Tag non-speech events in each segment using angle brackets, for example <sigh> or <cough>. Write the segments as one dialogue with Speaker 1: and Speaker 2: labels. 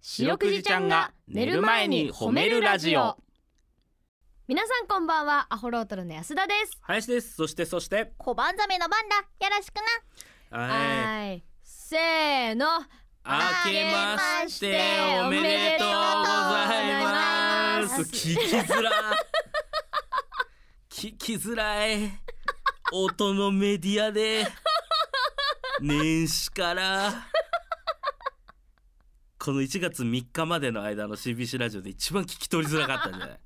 Speaker 1: 白くじちゃんが寝る前に褒めるラジオ
Speaker 2: 皆さんこんばんはアホロートルの安田です
Speaker 1: 林ですそしてそして
Speaker 3: 小判ザメの番だよろしくな
Speaker 1: あ
Speaker 2: はいせーの
Speaker 1: 明けましておめでとうございます
Speaker 2: 明
Speaker 1: 聞きづら聞きづらい音のメディアで年始からこの1月3日までの間の CBC ラジオで一番聞き取りづらかったんじゃ <laughs> ない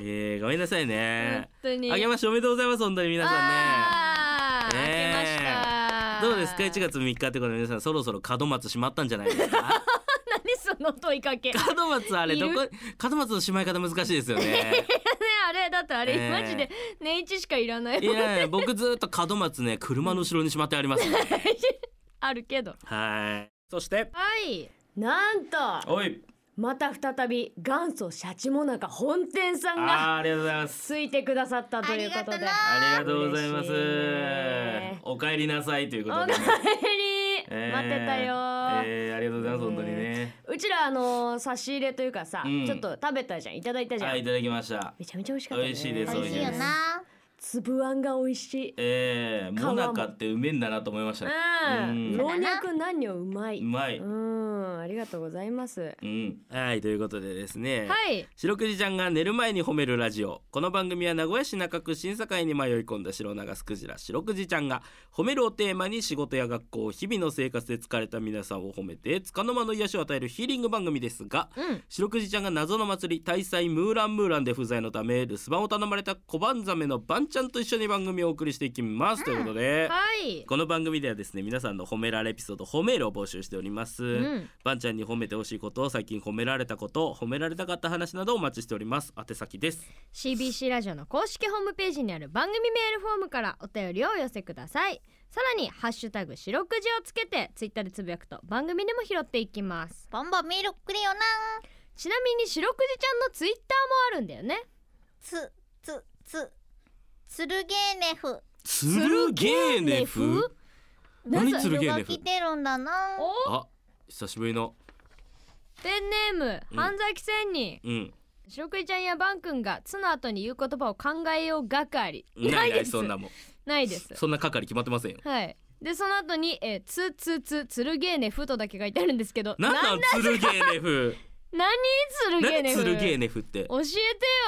Speaker 1: えー、ごめんなさい
Speaker 2: 本
Speaker 1: ね
Speaker 2: 当に
Speaker 1: あげましておめでとうございます本当に皆さ
Speaker 2: あー
Speaker 1: ね
Speaker 2: 明けまし
Speaker 1: んね
Speaker 2: た
Speaker 1: どうですか1月3日ってことで皆さんそろそろ門松閉まったんじゃないですか
Speaker 2: <laughs> 何その問いかけね
Speaker 1: 門松あれどこ門松のしまい方難しいですよ
Speaker 2: <laughs>
Speaker 1: ね
Speaker 2: <laughs> あれだってあれ、
Speaker 1: えー
Speaker 2: マジで年一しかいらない
Speaker 1: いやいや僕ずっと門松ね車の後ろにしまってありますね
Speaker 2: あるけど
Speaker 1: はいそして
Speaker 2: はいなんと
Speaker 1: おい
Speaker 2: また再び元祖シャチモナカ本店さん
Speaker 1: あ
Speaker 2: が
Speaker 1: ーありがとうございます
Speaker 2: ついてくださったということで
Speaker 3: あ
Speaker 1: あり
Speaker 3: りがとな
Speaker 1: がとうございます
Speaker 2: 嬉しね
Speaker 1: お帰りなさいというこ
Speaker 2: お
Speaker 1: と
Speaker 2: 帰
Speaker 1: で、
Speaker 2: り
Speaker 1: ね、えー
Speaker 2: 待ってたよー
Speaker 1: えーありがとうございます本当にね、
Speaker 2: うちらあのー差し入れというかさ
Speaker 1: うん
Speaker 2: ちょっと食べたじゃんいただいたじゃ
Speaker 1: はいい
Speaker 2: ん
Speaker 1: ただきました
Speaker 2: めちゃめちゃ美味しかったね
Speaker 1: 美味しいです
Speaker 3: 美味しいよ
Speaker 1: 美味しいです
Speaker 3: な
Speaker 2: 粒あんが美味しい
Speaker 1: えー、
Speaker 2: も
Speaker 1: もなかってうめえんだなと思いましたね
Speaker 2: うん
Speaker 1: うん
Speaker 2: 老若男女うまいう
Speaker 1: まい
Speaker 2: うんありがとうございます
Speaker 1: うんはいということでですね
Speaker 2: はい
Speaker 1: 白くじちゃんが寝る前に褒めるラジオこの番組は名古屋市中区審査会に迷い込んだ白長スクジラ白くじちゃんが褒めるをテーマに仕事や学校日々の生活で疲れた皆さんを褒めて束の間の癒しを与えるヒーリング番組ですが
Speaker 2: うん
Speaker 1: 白くじちゃんが謎の祭り大祭ムーランムーランで不在のため留守番を頼まれた小判ザメのバンちゃんと一緒に番組をお送りしていきます、ということで、
Speaker 2: はい
Speaker 1: この番組ではですね皆さんの褒められエピソード褒めるを募集しております、
Speaker 2: うん
Speaker 1: バンちゃんに褒めてほしいこと最近褒められたこと褒められたかった話などお待ちしております宛先です
Speaker 2: CBC ラジオの公式ホームページにある番組メールフォームからお便りをお寄せくださいさらにハッシュタグ白くじをつけてツイッターでつぶやくと番組でも拾っていきます
Speaker 3: ボンボンミルクリよな
Speaker 2: ちなみに白くじちゃんのツイッターもあるんだよね
Speaker 3: つつつつるげーネフ
Speaker 1: つるゲーネフ何つるゲーネフ
Speaker 3: が来てるんだな
Speaker 2: お
Speaker 1: あ久しぶりの
Speaker 2: ペンネーム
Speaker 1: うん
Speaker 2: 半崎千人
Speaker 1: うん
Speaker 2: 白くじちゃんやバン君が「つ」の後に言う言葉を考えようがかり
Speaker 1: ないな
Speaker 2: で
Speaker 1: い
Speaker 2: す
Speaker 1: そんなもん
Speaker 2: ないです
Speaker 1: そんな係決まってませんよ
Speaker 2: はいでその後に「えーつつつつるげーねふ」とだけ書いてあるんです
Speaker 1: <laughs>
Speaker 2: けど
Speaker 1: なんなんつるゲーネフ
Speaker 2: 何つるげー
Speaker 1: 何
Speaker 2: ねふ
Speaker 1: つるゲーネフって
Speaker 2: 教えて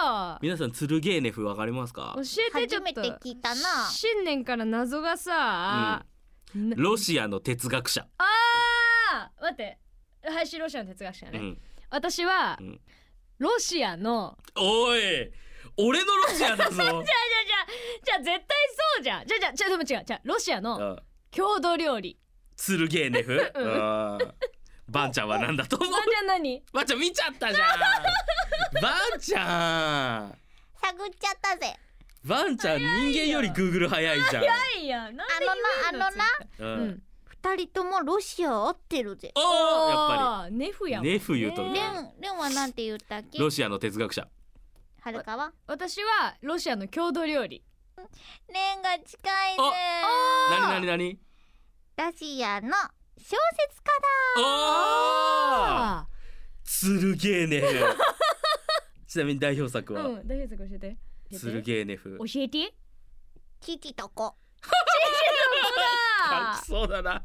Speaker 2: よ
Speaker 1: 皆さんつるゲーネフわかりますか
Speaker 2: 教えてちょっ
Speaker 3: 初めて
Speaker 2: と
Speaker 3: 聞いたな
Speaker 2: 新年から謎がさ、な
Speaker 1: ロシアの哲学者
Speaker 2: あー待って林ロシアの哲学者
Speaker 1: う
Speaker 2: ね、
Speaker 1: ん
Speaker 2: 私は、
Speaker 1: うん
Speaker 2: ロシアの
Speaker 1: おい俺のロシア <laughs> だぞ
Speaker 2: じゃあ絶対そうじゃんじゃあじゃあじゃあでも違うじゃあロシアの
Speaker 1: うん
Speaker 2: 郷土料理
Speaker 1: つるゲーネフうんバンちゃんはなんだと思う
Speaker 2: あじゃあ何
Speaker 1: ばあちゃん見ちゃったじゃ <laughs> んばあちゃ
Speaker 3: 探っちゃったぜ
Speaker 1: んばあちゃん人間より Google 早いじゃん
Speaker 2: いやなんで
Speaker 3: あのなあのな
Speaker 1: う
Speaker 2: うんん
Speaker 3: 二人ともロシア合ってるぜ
Speaker 1: おーやっぱ
Speaker 2: おーネフや
Speaker 1: り
Speaker 2: もん
Speaker 1: ね冬と
Speaker 2: ね
Speaker 3: レンレンはなんて言ったっけ
Speaker 1: ロシアの哲学者
Speaker 3: はるかは
Speaker 2: 私はロシアの郷土料理
Speaker 3: レンが近いね
Speaker 1: なになになに
Speaker 3: ロシアの小説家
Speaker 1: おー
Speaker 2: あ
Speaker 1: つるゲーネ <laughs> フちなみに代表作
Speaker 2: う
Speaker 1: は
Speaker 2: ん大丈夫ですか教えて
Speaker 1: つるゲーネフ
Speaker 2: 教えて
Speaker 3: キチとこ
Speaker 1: あそうだな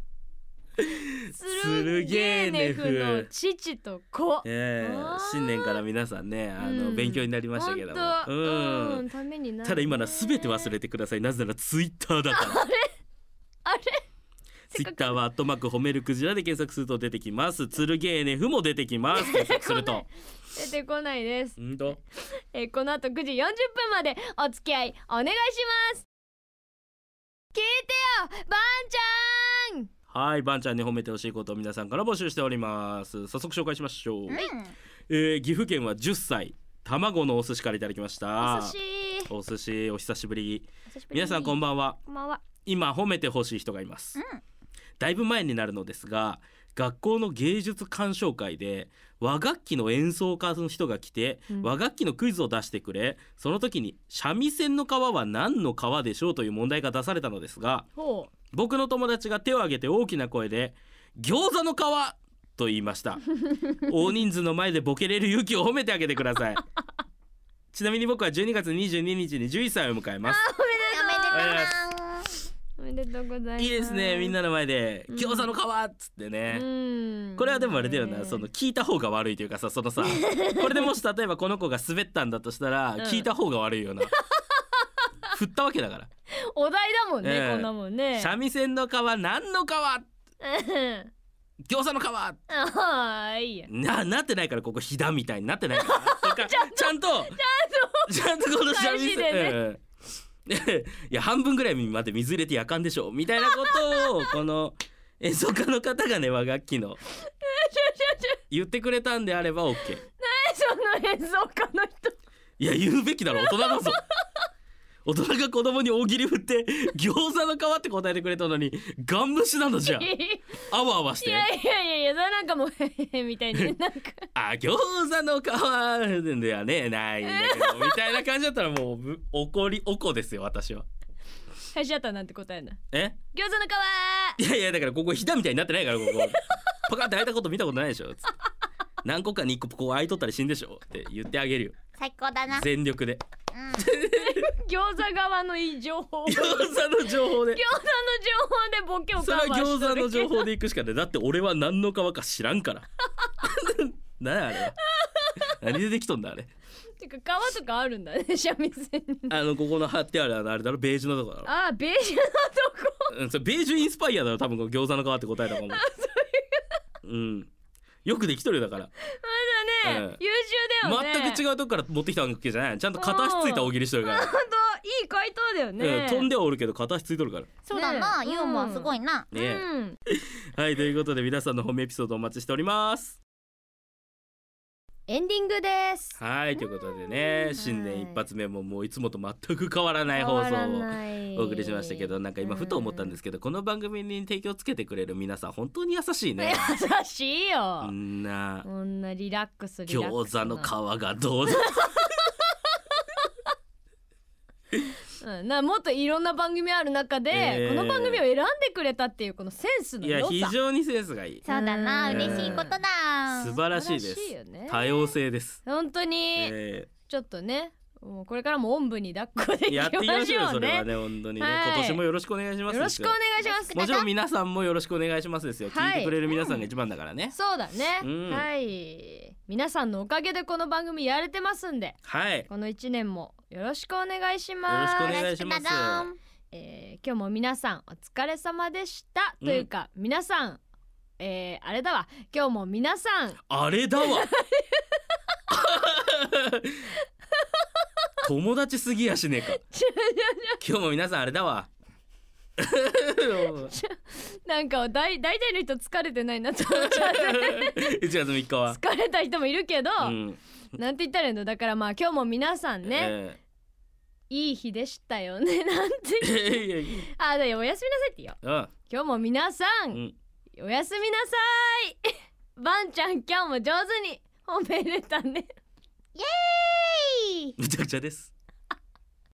Speaker 2: スルゲーネフの父と子。
Speaker 1: ええ
Speaker 2: あー
Speaker 1: 新年から皆さんねあ
Speaker 2: う
Speaker 1: の
Speaker 2: ん
Speaker 1: 勉強になりました
Speaker 2: 本
Speaker 1: けども
Speaker 2: 当、
Speaker 1: うん
Speaker 2: うん、ためになるね
Speaker 1: ただ今のは全て忘れてくださいなぜならツイッターだ
Speaker 2: <laughs>
Speaker 1: から
Speaker 2: あれ
Speaker 1: ツイッターはアットマーク褒めるクジラで検索すると出てきます。つるゲーネフも出てき
Speaker 2: <laughs>
Speaker 1: ます。検索すると。
Speaker 2: 出てこないです。
Speaker 1: うんと。
Speaker 2: えーこの後9時40分までお付き合いお願いします。聞いてよ、ばんちゃん。
Speaker 1: はい、ばんちゃんに褒めてほしいことを皆さんから募集しております。早速紹介しましょう。
Speaker 3: うん
Speaker 1: えー岐阜県は10歳、卵のお寿司からいただきました。
Speaker 2: お寿司。
Speaker 1: お寿司お久しぶり。
Speaker 2: お寿司
Speaker 1: 皆さんこんばんは。
Speaker 2: こんばんは。
Speaker 1: 今褒めてほしい人がいます、
Speaker 3: うん
Speaker 1: だいぶ前になるのですが学校の芸術鑑賞会で和楽器の演奏家の人が来て、
Speaker 2: うん
Speaker 1: 和楽器のクイズを出してくれその時に三味線の革は何の革でしょうという問題が出されたのですが
Speaker 2: ほう。
Speaker 1: 僕の友達が手を挙げて大きな声で餃子の皮と言いました大人数の前でボケれる勇気を褒めてあげてくださいちなみに僕は12月22日に11歳を迎えます
Speaker 2: おめでとうございます
Speaker 1: いいですねみんなの前で「
Speaker 2: うん
Speaker 1: 餃子の皮」っつってね、
Speaker 2: うん
Speaker 1: これはでもあれだよ
Speaker 2: ね
Speaker 1: なその聞いた方が悪いというかさその <laughs> さこれでもし例えばこの子が滑ったんだとしたら
Speaker 2: うん
Speaker 1: 聞いた方が悪いよな <laughs> 振ったわけだから
Speaker 2: お題だもんね、
Speaker 1: ええ
Speaker 2: こんなも
Speaker 1: 「
Speaker 2: んね
Speaker 1: 三味線の皮何の皮餃子の皮」
Speaker 2: ああいいや
Speaker 1: ななってないからここひだみたいになってない <laughs> からちゃんとちゃんとちゃんとこの三味線、
Speaker 2: 返しでね
Speaker 1: うん <laughs> でいや半分ぐらいまで水入れてやかんでしょみたいなこと <laughs> をこの演奏家の方がね和楽器 <laughs> の言ってくれたんであれば OK
Speaker 2: その演奏家の人
Speaker 1: いや言うべきだろ大人だぞ大人が子供に大喜利振って餃子の皮って答えてくれたのにガン無視なのじゃん <laughs>
Speaker 2: い
Speaker 1: あわあわして
Speaker 2: やいやいやいやそれなんかもうへへへみたい
Speaker 1: <laughs>
Speaker 2: になんか
Speaker 1: あ餃子の皮ではねないんだけどみたいな感じだったらもうぶ怒りおこですよ私は
Speaker 2: 会社だったらなんて答えな
Speaker 1: え
Speaker 2: 餃子の
Speaker 1: いやいやだからここひだみたいになってないからここパカって開いたこと見たことないでしょつって何個かに1個ここ開いとったり死んでしょって言ってあげるよ
Speaker 3: 最高だな、うん、
Speaker 1: 全力で
Speaker 2: 皮餃子側のいい情報餃
Speaker 1: 餃
Speaker 2: 子の情
Speaker 1: 子の情報で
Speaker 2: 報でボケを
Speaker 1: そ
Speaker 2: カ
Speaker 1: れ
Speaker 2: バ
Speaker 1: は
Speaker 2: ーし
Speaker 1: 餃
Speaker 2: と
Speaker 1: 子の
Speaker 2: るけ
Speaker 1: 情
Speaker 2: ど
Speaker 1: 報で行くしかないだって俺は何の皮か知らん
Speaker 2: <laughs>
Speaker 1: から何やあれは何でできとんだあれ
Speaker 2: てか皮とかあるんだね三味線に
Speaker 1: あのここの貼ってあるあのあれだろベージュのとこだろ
Speaker 2: ああベージュのとこ
Speaker 1: うん、それベージュインスパイアだろ多分この餃子の皮って答えたかもうんよくできとるよだから、
Speaker 2: まだね、
Speaker 1: ええ
Speaker 2: 優秀だよね
Speaker 1: 全く
Speaker 2: う
Speaker 1: 違うとこから持ってきたわけじゃないちゃんと片足ついた大喜利してるから、
Speaker 2: 本当いい回答だよね、
Speaker 1: うん、飛んではおるけど片足ついとるからね
Speaker 3: そうだな、
Speaker 2: ねえ
Speaker 3: ユーモアすごいな、
Speaker 1: え
Speaker 2: うん
Speaker 1: はいということで皆さんの褒めエピソードお待ちしております
Speaker 2: エンディングです
Speaker 1: はいということでね
Speaker 2: うん
Speaker 1: 新年一発目ももういつもと全く変わらない
Speaker 2: 変
Speaker 1: 放
Speaker 2: わ
Speaker 1: 送
Speaker 2: ら
Speaker 1: を
Speaker 2: ない
Speaker 1: お送りしましたけどなんか今ふと思ったんですけどこの番組に提供つけてくれる皆さん本当に優しいね
Speaker 2: 優しいよ、
Speaker 1: みん
Speaker 2: <laughs>
Speaker 1: な
Speaker 2: こんなリラックスリラックス
Speaker 1: 餃
Speaker 2: な
Speaker 1: 子の皮がどうぞ
Speaker 2: うん、なもっといろんな番組ある中で、
Speaker 1: ええ
Speaker 2: この番組を選んでくれたっていうこのセンスの
Speaker 1: いや
Speaker 2: 良さ
Speaker 1: 非常にセンスがいい
Speaker 3: そうだな、
Speaker 1: うん
Speaker 3: 嬉しいことだ
Speaker 1: 素晴らしいです
Speaker 2: 素晴らしいよね
Speaker 1: 多様性です、
Speaker 2: 本当に、
Speaker 1: え
Speaker 2: ちょっとねもうこれからもおんぶに抱っこで
Speaker 1: ー、
Speaker 2: いき
Speaker 1: や
Speaker 2: ま
Speaker 1: っていきまし
Speaker 2: し
Speaker 1: ょう
Speaker 2: ょ
Speaker 1: よ
Speaker 2: う
Speaker 1: それは
Speaker 2: ね <laughs>
Speaker 1: ね本当にね、
Speaker 2: はい
Speaker 1: 今年もよろしくお願いします
Speaker 2: よろしくお願いします
Speaker 1: もちろん皆さんもよろしくお願いしますですよ、
Speaker 2: はい
Speaker 1: 聞いてくれる皆さんが一番だからね、
Speaker 2: そうだね、
Speaker 1: うん
Speaker 2: はい皆さんのおかげでこの番組やれてますんで
Speaker 1: はいよ
Speaker 2: この一年もよろしくお願いし
Speaker 1: ろ
Speaker 2: ます
Speaker 1: しくお願いします
Speaker 3: よろしくだぞ
Speaker 2: えー今日も皆さんお疲れ様でした、というか皆さんえー、あれだわ今日も皆さん <laughs>
Speaker 1: あれだわ <laughs> 友達すぎやしねえか今日も皆さんあれだわ <laughs>
Speaker 2: なんか大大体の人疲れてな
Speaker 1: <laughs>
Speaker 2: いなと思っちゃう
Speaker 1: 1月3日は、
Speaker 2: 疲れた人もいるけど、
Speaker 1: うん
Speaker 2: なんて言ったらいいのだからまあ今日も皆さんね、
Speaker 1: え
Speaker 2: いい日でしたよね <laughs> なんて
Speaker 1: ー <laughs>
Speaker 2: 言う
Speaker 1: いやい
Speaker 2: あだよおやすみなさいってよ
Speaker 1: や
Speaker 2: 今日も皆さ、
Speaker 1: うんん
Speaker 2: おやすみなさい <laughs> ばんちゃん今日も上手に褒めれたね
Speaker 3: イエーイ
Speaker 1: むちゃくちゃです